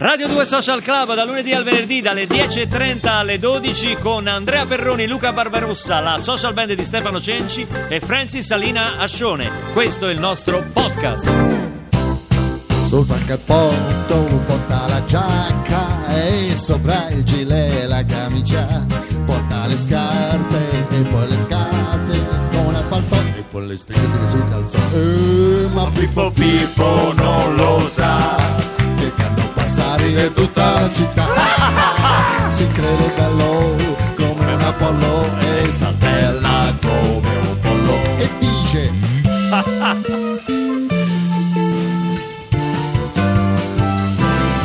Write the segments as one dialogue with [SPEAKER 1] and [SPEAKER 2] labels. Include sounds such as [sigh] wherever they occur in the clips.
[SPEAKER 1] Radio 2 Social Club da lunedì al venerdì dalle 10.30 alle 12 con Andrea Perroni, Luca Barbarossa, la social band di Stefano Cenci e Francis Salina Ascione. Questo è il nostro podcast.
[SPEAKER 2] Sul paccapotto uno porta la giacca e sopra il gilet la camicia, porta le scarpe e poi le scarpe, non al paltò e poi le stringhe sui calzoni. Eh, ma Pippo Pippo non lo sa che fanno passare in tutta
[SPEAKER 1] [laughs]
[SPEAKER 2] la città. Si crede bello come un Apollo e saltella come un pollo e dice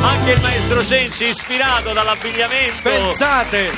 [SPEAKER 1] Anche il maestro Cenci ispirato dall'abbigliamento
[SPEAKER 3] Pensate,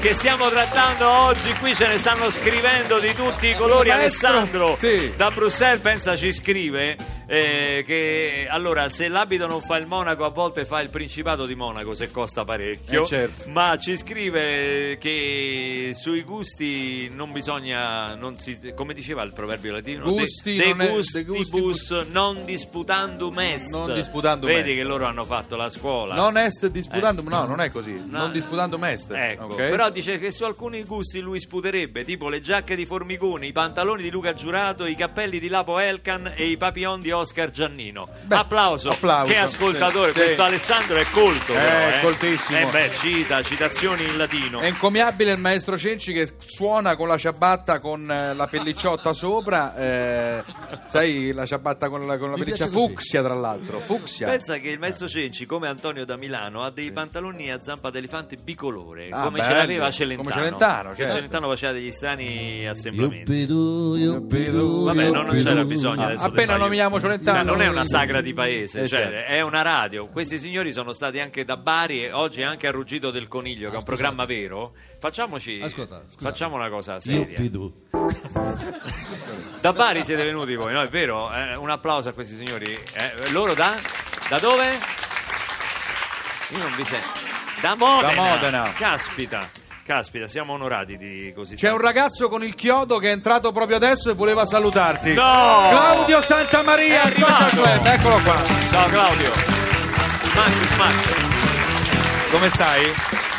[SPEAKER 1] che stiamo trattando oggi, qui ce ne stanno scrivendo di tutti i colori.
[SPEAKER 3] Maestro,
[SPEAKER 1] Alessandro
[SPEAKER 3] sì.
[SPEAKER 1] da Bruxelles pensa ci scrive eh, che allora se l'abito non fa il monaco a volte fa il principato di Monaco se costa parecchio.
[SPEAKER 3] Eh, certo.
[SPEAKER 1] Ma ci scrive che sui gusti non bisogna, non si- come diceva il proverbio latino,
[SPEAKER 3] Gusti
[SPEAKER 1] de, de
[SPEAKER 3] non è- de
[SPEAKER 1] gustibus non disputandum est.
[SPEAKER 3] Non disputandum
[SPEAKER 1] Vedi
[SPEAKER 3] est.
[SPEAKER 1] che loro hanno fatto la scuola.
[SPEAKER 3] non est disputandum, no, non è così,
[SPEAKER 1] No,
[SPEAKER 3] non disputandum est.
[SPEAKER 1] Ecco,
[SPEAKER 3] ok?
[SPEAKER 1] però dice che su alcuni gusti lui sputerebbe, tipo le giacche di Formigoni, i pantaloni di Luca Giurato, i cappelli di Lapo Elkan e i papillon di Oscar Giannino.
[SPEAKER 3] Beh,
[SPEAKER 1] applauso.
[SPEAKER 3] applauso.
[SPEAKER 1] Che ascoltatore,
[SPEAKER 3] Sì.
[SPEAKER 1] questo Alessandro è colto.
[SPEAKER 3] Eh,
[SPEAKER 1] però, eh.
[SPEAKER 3] coltissimo. Eh,
[SPEAKER 1] Eh beh, cita, citazioni in latino.
[SPEAKER 3] È incommiabile il maestro Cenci che suona con la ciabatta con eh, la pellicciotta sopra, eh, sai la ciabatta con la, con la
[SPEAKER 2] Mi
[SPEAKER 3] pelliccia
[SPEAKER 2] piace così.
[SPEAKER 3] fucsia tra l'altro, fucsia.
[SPEAKER 1] Pensa che il maestro Cenci, come Antonio da Milano, ha dei pantaloni a zampa d'elefante bicolore,
[SPEAKER 3] Ah,
[SPEAKER 1] come ce
[SPEAKER 3] bello.
[SPEAKER 1] l'aveva Celentano.
[SPEAKER 3] Come Celentano,
[SPEAKER 1] Che
[SPEAKER 3] certo.
[SPEAKER 1] Celentano faceva degli strani assemblamenti.
[SPEAKER 2] Yuppidu, yuppidu,
[SPEAKER 1] Vabbè, no, non c'era
[SPEAKER 2] yuppidu".
[SPEAKER 1] bisogno adesso del
[SPEAKER 3] appena
[SPEAKER 1] taglio.
[SPEAKER 3] nominiamo Celentano.
[SPEAKER 1] Ma non è una sagra di paese,
[SPEAKER 3] Eh,
[SPEAKER 1] cioè,
[SPEAKER 3] certo.
[SPEAKER 1] è una radio. Questi signori sono stati anche da Bari e oggi anche a Ruggito del Coniglio, che è un programma vero. Facciamoci
[SPEAKER 2] Ascolta, scusa.
[SPEAKER 1] facciamo una cosa seria.
[SPEAKER 2] Yuppidu.
[SPEAKER 1] Da Bari siete venuti voi, no? È vero? Eh, un applauso a questi signori. Eh, loro da? Da dove? Io non vi sento. Da Modena.
[SPEAKER 3] Da Modena.
[SPEAKER 1] Caspita, caspita, siamo onorati di così.
[SPEAKER 3] C'è un ragazzo con il chiodo che è entrato proprio adesso e voleva salutarti.
[SPEAKER 1] No!
[SPEAKER 3] Claudio Santamaria,
[SPEAKER 1] È
[SPEAKER 3] al Social
[SPEAKER 1] arrivato!
[SPEAKER 3] Club, eccolo qua.
[SPEAKER 1] Ciao Claudio. Smacchi, smacchi.
[SPEAKER 3] Come stai?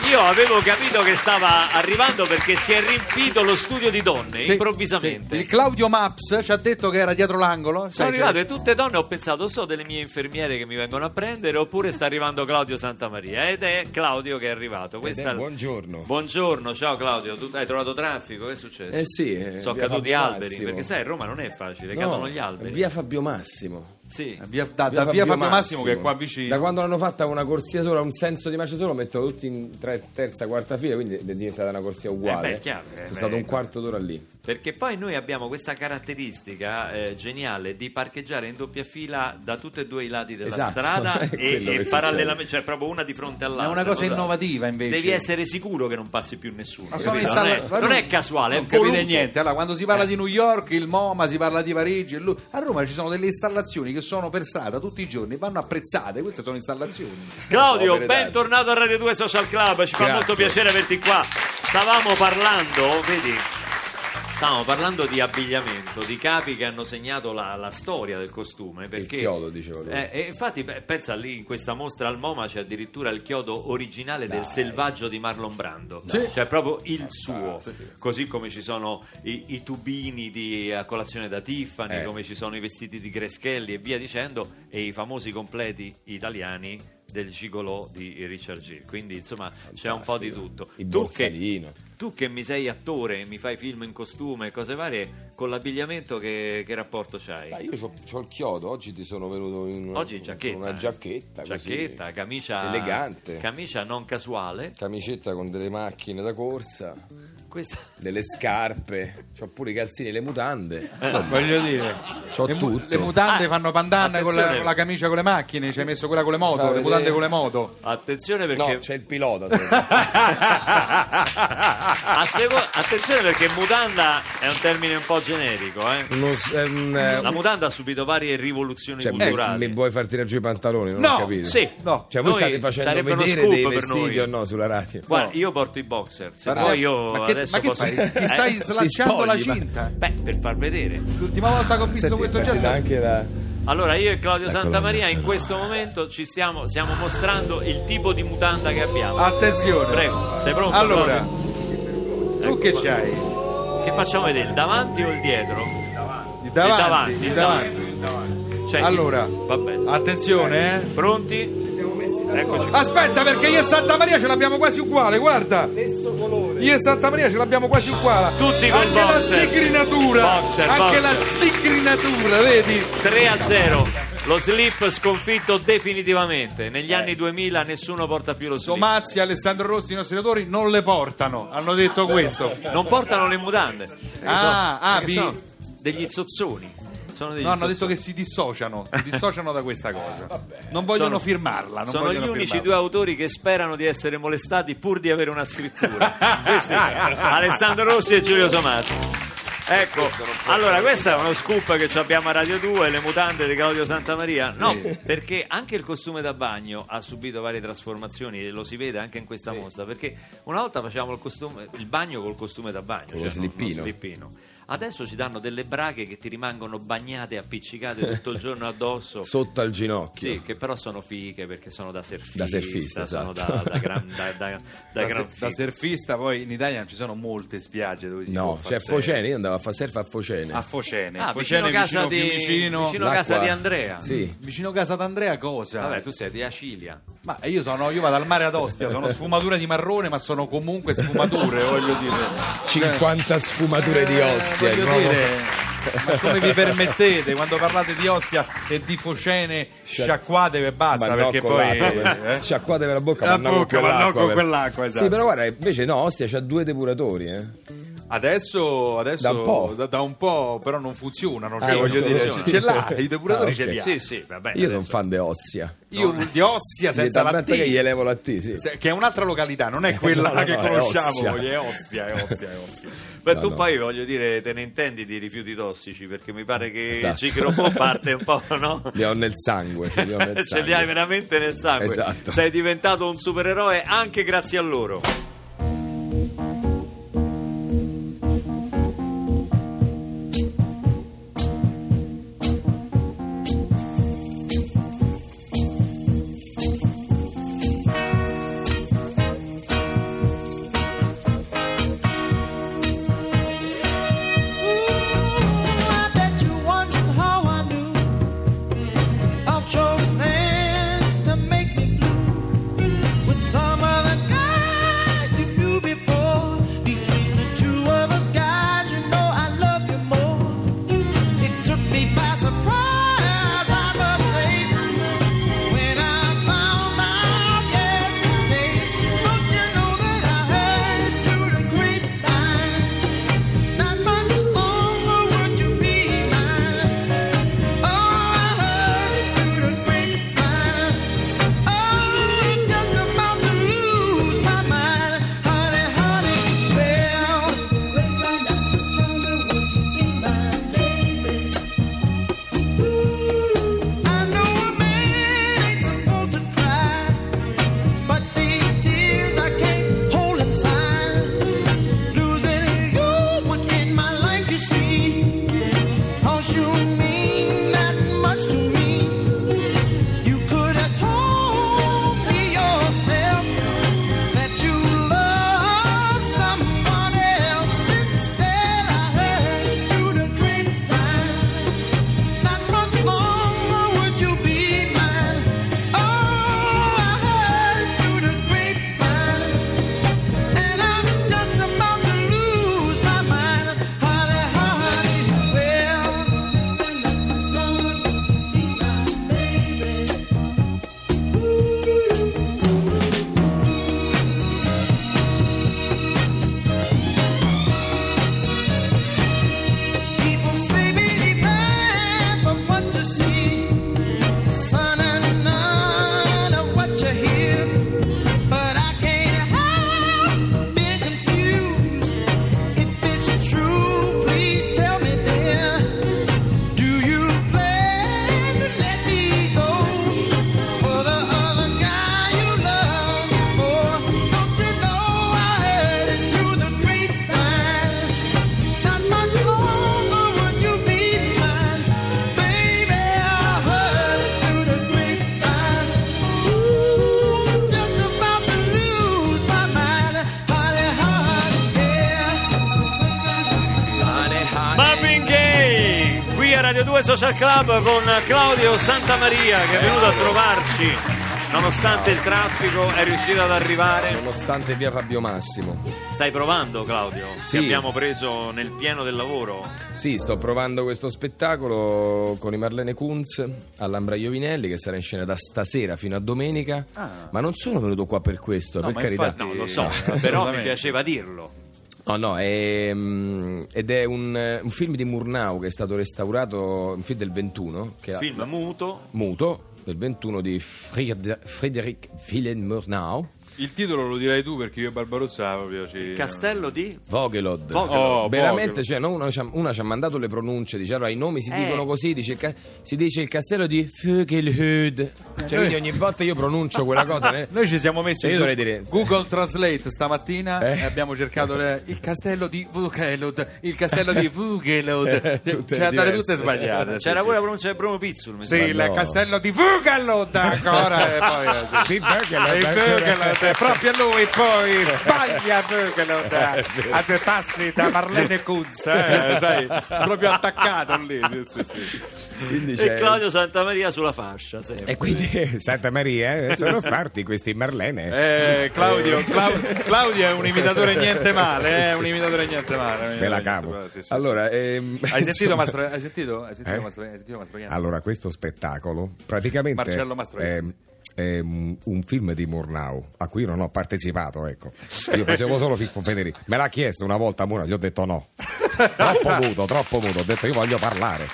[SPEAKER 1] Io avevo capito che stava arrivando perché si è riempito lo studio di donne
[SPEAKER 3] Sì,
[SPEAKER 1] improvvisamente.
[SPEAKER 3] sì. Il Claudio Maps ci ha detto che era dietro l'angolo.
[SPEAKER 1] Sono
[SPEAKER 3] sai,
[SPEAKER 1] arrivate tutte donne, ho pensato so delle mie infermiere che mi vengono a prendere oppure sta arrivando Claudio Santamaria ed è Claudio che è arrivato. Questa-
[SPEAKER 4] buongiorno.
[SPEAKER 1] Buongiorno, ciao Claudio, tu hai trovato traffico, che è successo?
[SPEAKER 4] Eh sì, eh,
[SPEAKER 1] Sono
[SPEAKER 4] via
[SPEAKER 1] caduti
[SPEAKER 4] Fabio
[SPEAKER 1] alberi,
[SPEAKER 4] Massimo.
[SPEAKER 1] perché sai a Roma non è facile,
[SPEAKER 4] No,
[SPEAKER 1] cadono gli alberi.
[SPEAKER 4] Via Fabio Massimo.
[SPEAKER 1] Sì.
[SPEAKER 3] eh, Via, da, da via Fabio Massimo, che è qua vicino.
[SPEAKER 4] Da quando l'hanno fatta una corsia sola, un senso di marcia sola, mettono tutti in tra- terza, quarta fila, quindi è diventata una corsia uguale.
[SPEAKER 1] Eh beh, è chiaro, eh
[SPEAKER 4] Sono
[SPEAKER 1] beh.
[SPEAKER 4] stato un quarto d'ora lì.
[SPEAKER 1] Perché poi noi abbiamo questa caratteristica eh, geniale di parcheggiare in doppia fila da tutti e due i lati della
[SPEAKER 4] Esatto,
[SPEAKER 1] strada
[SPEAKER 4] [laughs] è
[SPEAKER 1] e,
[SPEAKER 4] quello
[SPEAKER 1] e
[SPEAKER 4] che
[SPEAKER 1] parallelamente, cioè proprio una di fronte all'altra.
[SPEAKER 3] È una cosa innovativa invece.
[SPEAKER 1] Devi essere sicuro che non passi più nessuno.
[SPEAKER 3] Ma sono
[SPEAKER 1] capito? non,
[SPEAKER 3] installa-
[SPEAKER 1] è,
[SPEAKER 3] ma
[SPEAKER 1] non
[SPEAKER 3] non-
[SPEAKER 1] è casuale,
[SPEAKER 3] non
[SPEAKER 1] è voluto.
[SPEAKER 3] capite niente. Allora, quando si parla di New York, il MoMA, si parla di Parigi, il Lu- a Roma ci sono delle installazioni che sono per strada tutti i giorni, vanno apprezzate. Queste sono installazioni.
[SPEAKER 1] Claudio,
[SPEAKER 4] Opere d'arte.
[SPEAKER 1] bentornato a Radio 2 Social Club, ci fa
[SPEAKER 4] Grazie.
[SPEAKER 1] molto piacere averti qua. Stavamo parlando, vedi, stavamo parlando di abbigliamento, di capi che hanno segnato la, la storia del costume. Perché,
[SPEAKER 4] chiodo, dicevo lui.
[SPEAKER 1] Eh, e infatti, pe- pensa lì, in questa mostra al MoMA c'è addirittura il chiodo originale del selvaggio di Marlon Brando. Cioè proprio il suo, così come ci sono i, i tubini di, a colazione da Tiffany,
[SPEAKER 4] Eh.
[SPEAKER 1] come ci sono i vestiti di Greschelli e via dicendo, e i famosi completi italiani del gigolò di Richard Gere. Quindi, insomma, c'è un po' di tutto.
[SPEAKER 4] Il
[SPEAKER 1] Tu che,
[SPEAKER 4] borsalino.
[SPEAKER 1] tu che mi sei attore, e mi fai film in costume e cose varie, con l'abbigliamento che, che rapporto c'hai?
[SPEAKER 4] Ma io c'ho, c'ho il chiodo, oggi ti sono venuto in una,
[SPEAKER 1] Oggi giacchetta. eh.
[SPEAKER 4] una giacchetta, così,
[SPEAKER 1] Giacchetta, camicia
[SPEAKER 4] elegante,
[SPEAKER 1] Camicia non casuale.
[SPEAKER 4] camicetta con delle macchine da corsa, [laughs]
[SPEAKER 1] Questa
[SPEAKER 4] delle scarpe, c'ho pure i calzini e le mutande.
[SPEAKER 1] Eh,
[SPEAKER 3] Voglio dire,
[SPEAKER 4] C'ho
[SPEAKER 3] le, mu-
[SPEAKER 4] tutto.
[SPEAKER 3] le mutande
[SPEAKER 1] Ah,
[SPEAKER 3] fanno pandanna con la,
[SPEAKER 1] attenzione.
[SPEAKER 3] con la camicia con le macchine. Ci hai messo quella con le moto,
[SPEAKER 4] Fa
[SPEAKER 3] le
[SPEAKER 4] vedere.
[SPEAKER 3] mutande con le moto.
[SPEAKER 1] Attenzione perché
[SPEAKER 4] No, c'è il pilota. sopra.
[SPEAKER 1] [laughs]
[SPEAKER 4] [laughs]
[SPEAKER 1] A seco- attenzione perché mutanda è un termine un po' generico, eh.
[SPEAKER 4] Uno s- è un- eh,
[SPEAKER 1] La mutanda ha subito varie rivoluzioni
[SPEAKER 4] Cioè,
[SPEAKER 1] culturali.
[SPEAKER 4] mi mi vuoi far tirare giù i pantaloni? Non
[SPEAKER 3] No,
[SPEAKER 4] ho capito.
[SPEAKER 1] Sì,
[SPEAKER 3] No.
[SPEAKER 4] Cioè, voi
[SPEAKER 1] Noi-
[SPEAKER 4] state facendo
[SPEAKER 1] sarebbe uno
[SPEAKER 4] vedere
[SPEAKER 1] scoop
[SPEAKER 4] dei
[SPEAKER 1] per
[SPEAKER 4] vestiti
[SPEAKER 1] noi.
[SPEAKER 4] o no sulla radio?
[SPEAKER 1] Guarda, io porto i boxer, se
[SPEAKER 3] Guarda,
[SPEAKER 1] vuoi io
[SPEAKER 3] ma che,
[SPEAKER 1] adesso
[SPEAKER 3] ma
[SPEAKER 1] [laughs]
[SPEAKER 3] che
[SPEAKER 1] posso...
[SPEAKER 3] fai?
[SPEAKER 1] Eh,
[SPEAKER 3] Ti stai slacciando la
[SPEAKER 4] spogli, ma-
[SPEAKER 3] cinta.
[SPEAKER 1] Beh, per far vedere.
[SPEAKER 3] L'ultima volta che ho visto
[SPEAKER 4] Senti,
[SPEAKER 3] questo
[SPEAKER 4] infatti,
[SPEAKER 3] gesto
[SPEAKER 4] anche la...
[SPEAKER 1] Allora io e Claudio
[SPEAKER 3] Ecco
[SPEAKER 5] La
[SPEAKER 1] Santamaria
[SPEAKER 5] colonna
[SPEAKER 1] in
[SPEAKER 5] sonora.
[SPEAKER 1] questo momento ci stiamo, stiamo mostrando il tipo di mutanda che abbiamo.
[SPEAKER 3] Attenzione.
[SPEAKER 1] Prego, sei pronto?
[SPEAKER 3] Allora,
[SPEAKER 1] Claudio? Ecco
[SPEAKER 3] tu che c'hai?
[SPEAKER 1] Che facciamo vedere? Il davanti o il dietro?
[SPEAKER 3] Di
[SPEAKER 1] davanti,
[SPEAKER 3] davanti,
[SPEAKER 1] il
[SPEAKER 3] di davanti.
[SPEAKER 1] Cioè, il-
[SPEAKER 3] Allora.
[SPEAKER 1] va bene.
[SPEAKER 3] Attenzione, eh.
[SPEAKER 1] Pronti? Eccoci.
[SPEAKER 3] Aspetta, perché io e Santa Maria ce l'abbiamo quasi uguale, guarda. Stesso colore. Io e Santa Maria ce l'abbiamo quasi uguale.
[SPEAKER 1] Tutti col
[SPEAKER 3] Anche la
[SPEAKER 1] boxer.
[SPEAKER 3] zigrinatura.
[SPEAKER 1] Boxer,
[SPEAKER 3] anche
[SPEAKER 1] boxer.
[SPEAKER 3] la zigrinatura, vedi?
[SPEAKER 1] 3 a 0. Lo slip sconfitto definitivamente.
[SPEAKER 3] Eh.
[SPEAKER 1] Negli anni 2000 nessuno porta più lo slip.
[SPEAKER 3] Tomazzi e Alessandro Rossi, i nostri autori, non le portano. Hanno detto questo.
[SPEAKER 1] Non portano le mutande. Perché
[SPEAKER 3] Ah,
[SPEAKER 1] sono-
[SPEAKER 3] ah,
[SPEAKER 1] perché
[SPEAKER 3] vi-
[SPEAKER 1] sono degli zozzoni. Sono degli
[SPEAKER 3] No, hanno
[SPEAKER 1] zozzoni.
[SPEAKER 3] detto che si dissociano, si dissociano da questa cosa. Non vogliono
[SPEAKER 1] Sono-
[SPEAKER 3] firmarla. Ah, Non
[SPEAKER 1] Sono gli
[SPEAKER 3] vogliono
[SPEAKER 1] unici
[SPEAKER 3] firmarla.
[SPEAKER 1] due autori che sperano di essere molestati pur di avere una scrittura.
[SPEAKER 3] [laughs]
[SPEAKER 1] Questi, Ah, Alessandro Rossi e Giulio Somazzi. Ecco, allora questo è uno scoop che ci abbiamo a Radio 2, le mutande di Claudio Santamaria. No, perché anche il costume da bagno ha subito varie trasformazioni e lo si vede anche in questa mostra, perché una volta facevamo il, costume- il bagno col costume da bagno,
[SPEAKER 4] lo
[SPEAKER 1] cioè uno- uno
[SPEAKER 4] slippino.
[SPEAKER 1] slippino. Adesso ci danno delle braghe che ti rimangono bagnate, appiccicate tutto il giorno
[SPEAKER 4] [laughs]
[SPEAKER 1] addosso.
[SPEAKER 4] Sotto al ginocchio.
[SPEAKER 1] Sì, che però sono fiche perché sono da surfista,
[SPEAKER 4] Da surfista,
[SPEAKER 1] sono
[SPEAKER 4] esatto.
[SPEAKER 1] da, da gran, da,
[SPEAKER 4] [laughs]
[SPEAKER 1] da, da
[SPEAKER 3] Da,
[SPEAKER 1] gran
[SPEAKER 3] se- da
[SPEAKER 1] figa.
[SPEAKER 3] surfista poi in Italia non ci sono molte spiagge dove si può
[SPEAKER 4] No,
[SPEAKER 3] far
[SPEAKER 4] c'è
[SPEAKER 3] surf.
[SPEAKER 4] Focene, io andavo a fare surf a Focene.
[SPEAKER 3] A Focene,
[SPEAKER 1] Ah,
[SPEAKER 3] Focene
[SPEAKER 1] vicino casa
[SPEAKER 3] vicino
[SPEAKER 1] di-
[SPEAKER 3] Fiumicino.
[SPEAKER 1] vicino-
[SPEAKER 4] L'acqua-
[SPEAKER 1] casa di Andrea. Eh.
[SPEAKER 4] Sì.
[SPEAKER 3] Vicino casa d'Andrea cosa?
[SPEAKER 1] Vabbè, tu sei di Acilia.
[SPEAKER 3] Ma io sono io vado al mare ad Ostia,
[SPEAKER 4] [laughs]
[SPEAKER 3] sono sfumature di marrone, ma sono comunque sfumature, voglio dire.
[SPEAKER 4] 50 sfumature di Ostia,
[SPEAKER 3] Eh,
[SPEAKER 4] il
[SPEAKER 3] voglio
[SPEAKER 4] nuovo-
[SPEAKER 3] dire, ma come vi permettete quando parlate di Ostia e di Focene
[SPEAKER 4] Scia-
[SPEAKER 3] sciacquate e basta
[SPEAKER 4] Ma no,
[SPEAKER 3] perché
[SPEAKER 4] con
[SPEAKER 3] poi
[SPEAKER 4] l'acqua, [laughs]
[SPEAKER 3] eh?
[SPEAKER 4] sciacquatevela la bocca,
[SPEAKER 3] La
[SPEAKER 4] ma no con
[SPEAKER 3] bocca, ma no
[SPEAKER 4] quell'acqua,
[SPEAKER 3] con
[SPEAKER 4] per-
[SPEAKER 3] quell'acqua, esatto.
[SPEAKER 4] Sì, però guarda, invece no, Ostia c'ha due depuratori, eh.
[SPEAKER 3] adesso, adesso
[SPEAKER 4] Da un po'.
[SPEAKER 3] da- da un po', però non funzionano,
[SPEAKER 4] Ah,
[SPEAKER 3] cioè,
[SPEAKER 4] non
[SPEAKER 3] voglio dire,
[SPEAKER 4] funzionano.
[SPEAKER 3] ce l'ha, i depuratori
[SPEAKER 4] Ah,
[SPEAKER 3] ce li ha.
[SPEAKER 1] Sì, sì, vabbè.
[SPEAKER 4] Io
[SPEAKER 1] adesso-
[SPEAKER 4] sono fan de Ostia.
[SPEAKER 3] Io di Ostia senza la
[SPEAKER 4] Tanto
[SPEAKER 3] T,
[SPEAKER 4] che gli elevo la T, sì.
[SPEAKER 3] se- che è un'altra località, non è quella
[SPEAKER 4] [laughs] No, no,
[SPEAKER 3] che
[SPEAKER 4] no, è
[SPEAKER 1] Ah,
[SPEAKER 3] conosciamo,
[SPEAKER 4] Ostia.
[SPEAKER 3] voi, è Ostia, è Ostia, è Ostia.
[SPEAKER 1] Beh,
[SPEAKER 4] [laughs] No,
[SPEAKER 1] tu
[SPEAKER 4] no.
[SPEAKER 1] poi voglio dire, te ne intendi di rifiuti tossici perché mi pare che
[SPEAKER 4] Esatto.
[SPEAKER 1] Cicro Po parte un
[SPEAKER 4] [laughs]
[SPEAKER 1] po', no?
[SPEAKER 4] Li ho nel sangue, ce li ho nel
[SPEAKER 1] [laughs] Ce
[SPEAKER 4] sangue.
[SPEAKER 1] li hai veramente nel sangue.
[SPEAKER 4] Esatto.
[SPEAKER 1] Sei diventato un supereroe anche grazie a loro.
[SPEAKER 6] I bet you wondered how I knew I chose hands to make me blue with some other guy
[SPEAKER 1] 2 Social Club con Claudio Santamaria che è venuto a trovarci. Nonostante il traffico è riuscito ad arrivare.
[SPEAKER 4] Nonostante via Fabio Massimo.
[SPEAKER 1] Stai provando Claudio? Ti
[SPEAKER 4] Sì.
[SPEAKER 1] abbiamo preso nel pieno del lavoro.
[SPEAKER 4] Sì, sto provando questo spettacolo con i Marlene Kunz all'Ambra Iovinelli che sarà in scena da stasera fino a domenica. Ma non sono venuto qua per questo, per
[SPEAKER 3] ma
[SPEAKER 4] carità.
[SPEAKER 3] infatti-
[SPEAKER 1] Ah. No, lo [laughs] so,
[SPEAKER 3] No,
[SPEAKER 1] Eh, però mi
[SPEAKER 3] assolutamente.
[SPEAKER 1] piaceva dirlo.
[SPEAKER 4] No, no, è, mm, ed è un, un film di Murnau che è stato restaurato, un film del 21, che era
[SPEAKER 1] Film muto.
[SPEAKER 4] muto, del 21 di Fried- Friedrich Wilhelm Murnau,
[SPEAKER 5] Il titolo lo dirai tu perché io e Barbarossa proprio ci...
[SPEAKER 3] Eh,
[SPEAKER 1] Il castello di
[SPEAKER 4] Vogelod.
[SPEAKER 1] Vogelod.
[SPEAKER 5] Oh,
[SPEAKER 4] Veramente,
[SPEAKER 5] Vogelod.
[SPEAKER 4] cioè, no, una, ci ha- una ci ha mandato le pronunce, dice, allora i nomi si
[SPEAKER 1] Eh.
[SPEAKER 4] dicono così, dice, il ca- si dice il castello di Vogelhöd. Cioè, quindi ogni volta io pronuncio quella cosa... eh. ne-
[SPEAKER 3] Noi ci siamo messi
[SPEAKER 4] Io
[SPEAKER 3] su
[SPEAKER 4] dovrei dire-
[SPEAKER 3] Google Translate stamattina
[SPEAKER 4] Eh.
[SPEAKER 3] e abbiamo cercato le- il castello di Vugelod, il castello di
[SPEAKER 4] [laughs]
[SPEAKER 3] Vugelod.
[SPEAKER 4] Eh,
[SPEAKER 3] Cioè,
[SPEAKER 4] Tutte
[SPEAKER 3] C'è andate tutte
[SPEAKER 4] diverse.
[SPEAKER 3] sbagliate.
[SPEAKER 1] C'era
[SPEAKER 3] eh, sì,
[SPEAKER 1] pure la pronuncia di Bruno Pizzul. mi
[SPEAKER 3] sì. Sì,
[SPEAKER 1] sa.
[SPEAKER 3] il
[SPEAKER 4] Ma no.
[SPEAKER 3] castello di Vugelod ancora e poi eh,
[SPEAKER 4] [laughs]
[SPEAKER 3] sì.
[SPEAKER 7] Sì, Vogelod.
[SPEAKER 3] Il Vogelod, è eh, proprio lui poi sbaglia Vogelod eh, a due passi da Marlene Kunz, eh, sai, proprio attaccato lì. Sì, sì, sì.
[SPEAKER 4] Quindi
[SPEAKER 1] E
[SPEAKER 4] c'è-
[SPEAKER 1] Claudio Santamaria sulla fascia. sempre.
[SPEAKER 4] E quindi... [laughs]
[SPEAKER 7] Santa Maria, eh, sono farti questi Marlene.
[SPEAKER 3] Eh, Claudio, Clau- Claudio è un imitatore niente male, eh, un imitatore niente male.
[SPEAKER 7] Te la cavo.
[SPEAKER 3] Eh, Sì, sì, sì.
[SPEAKER 4] Allora, ehm,
[SPEAKER 3] Hai
[SPEAKER 7] [laughs]
[SPEAKER 4] [laughs]
[SPEAKER 3] sentito, Mastro, hai sentito, hai sentito,
[SPEAKER 7] Eh?
[SPEAKER 3] Mastro- hai sentito Mastroianni?
[SPEAKER 7] Allora, questo spettacolo praticamente
[SPEAKER 3] Certo. Marcello Mastroianni.
[SPEAKER 7] è, è un un film di Murnau a cui io non ho partecipato. Ecco, io facevo solo Filippo Federico. Me l'ha chiesto una volta, Mura, gli ho detto no. Troppo muto, troppo muto. Ho detto io voglio parlare.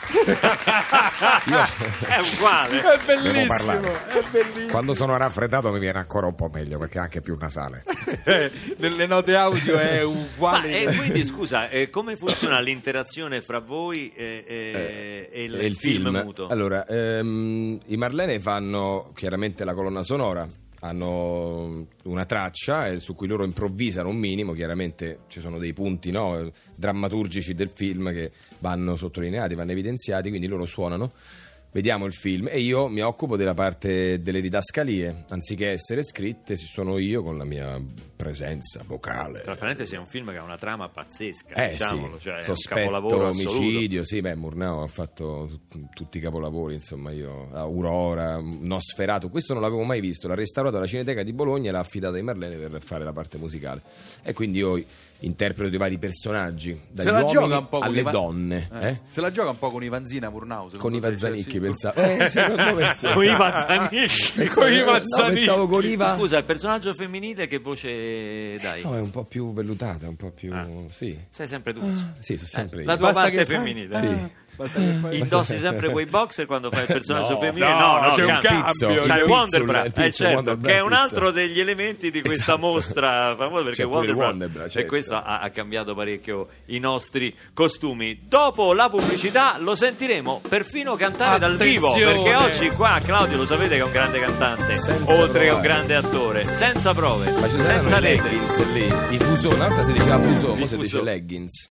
[SPEAKER 3] ah,
[SPEAKER 1] [laughs] È uguale.
[SPEAKER 3] È
[SPEAKER 7] Devo
[SPEAKER 3] bellissimo,
[SPEAKER 7] parlare.
[SPEAKER 3] è bellissimo.
[SPEAKER 7] Quando sono raffreddato mi viene ancora un po' meglio perché è anche più nasale.
[SPEAKER 3] Eh, Nelle note audio [laughs] è
[SPEAKER 1] Ma
[SPEAKER 3] uguale.
[SPEAKER 1] e
[SPEAKER 4] [laughs]
[SPEAKER 1] quindi scusa, eh, come funziona l'interazione fra voi e, e- e il,
[SPEAKER 4] Eh, e
[SPEAKER 1] film, muto?
[SPEAKER 4] Allora, ehm, i Marlene fanno chiaramente la colonna sonora, hanno una traccia eh, su cui loro improvvisano un minimo, chiaramente ci sono dei punti no, eh, drammaturgici del film che vanno sottolineati, vanno evidenziati, quindi loro suonano. Vediamo il film e io mi occupo della parte delle didascalie, anziché essere scritte, ci sono io con la mia presenza vocale.
[SPEAKER 1] Tra parentesi è un film che ha una trama pazzesca,
[SPEAKER 4] Eh
[SPEAKER 1] diciamolo,
[SPEAKER 4] sì,
[SPEAKER 1] cioè è un
[SPEAKER 4] sospetto,
[SPEAKER 1] capolavoro assoluto.
[SPEAKER 4] omicidio, sì, beh, Murnau ha fatto tut- tutti i capolavori, insomma, io, Aurora, Nosferato, questo non l'avevo mai visto, l'ha restaurato alla Cineteca di Bologna e l'ha affidato ai Marlene per fare la parte musicale. E quindi io interpreto i vari personaggi, dagli
[SPEAKER 3] Se la
[SPEAKER 4] uomini
[SPEAKER 3] gioca un po' con
[SPEAKER 4] alle
[SPEAKER 3] Ivan-
[SPEAKER 4] donne,
[SPEAKER 3] Eh,
[SPEAKER 4] eh?
[SPEAKER 3] Se la gioca un po' con Ivanzina Murnau. cioè,
[SPEAKER 4] con i
[SPEAKER 3] [laughs]
[SPEAKER 4] Vanzanicchi, pensavo. Eh, secondo me sì.
[SPEAKER 1] [laughs] Con i
[SPEAKER 4] [laughs]
[SPEAKER 1] Pazzanisci.
[SPEAKER 4] Pensavo-
[SPEAKER 3] con i
[SPEAKER 4] no,
[SPEAKER 3] Vanzanicchi.
[SPEAKER 4] pensavo con Iva...
[SPEAKER 1] Scusa, il personaggio femminile che voce dai?
[SPEAKER 4] No, è un po' più vellutata, un po' più...
[SPEAKER 1] Ah.
[SPEAKER 4] Sì,
[SPEAKER 1] Sei sempre tu. insomma.
[SPEAKER 4] Ah, sì, sono sempre
[SPEAKER 1] Eh,
[SPEAKER 4] io.
[SPEAKER 1] la tua
[SPEAKER 3] Basta
[SPEAKER 1] parte
[SPEAKER 3] che fai-
[SPEAKER 1] femminile.
[SPEAKER 4] Sì.
[SPEAKER 1] Indossi sempre quei boxer quando fai il personaggio
[SPEAKER 4] [laughs] No,
[SPEAKER 1] femminile?
[SPEAKER 3] no, c'è un
[SPEAKER 1] cambia.
[SPEAKER 3] cazzo.
[SPEAKER 4] Pizzo,
[SPEAKER 1] C'è
[SPEAKER 4] il
[SPEAKER 1] il
[SPEAKER 4] Pizzo,
[SPEAKER 1] Wonderbra,
[SPEAKER 4] il
[SPEAKER 1] eh,
[SPEAKER 4] Pizzo,
[SPEAKER 1] certo,
[SPEAKER 4] Wonderbra,
[SPEAKER 1] che è un
[SPEAKER 4] Pizzo.
[SPEAKER 1] altro degli elementi di questa
[SPEAKER 4] Esatto.
[SPEAKER 1] mostra famosa perché
[SPEAKER 4] C'è pure il
[SPEAKER 1] Wonderbra,
[SPEAKER 4] Wonderbra,
[SPEAKER 1] e
[SPEAKER 4] certo.
[SPEAKER 1] questo ha, ha cambiato parecchio i nostri costumi. Dopo la pubblicità lo sentiremo perfino cantare dal vivo
[SPEAKER 3] Attenzione!
[SPEAKER 1] perché oggi qua Claudio lo sapete che è un grande cantante,
[SPEAKER 4] Senza
[SPEAKER 1] oltre che un
[SPEAKER 4] provare.
[SPEAKER 1] grande attore, senza prove,
[SPEAKER 4] Ma ci saranno
[SPEAKER 1] senza
[SPEAKER 4] i
[SPEAKER 1] rete.
[SPEAKER 4] leggings lì. I fuso, un'altra si diceva fuso,
[SPEAKER 1] Il
[SPEAKER 4] ma si dice
[SPEAKER 1] fuso.
[SPEAKER 4] leggings.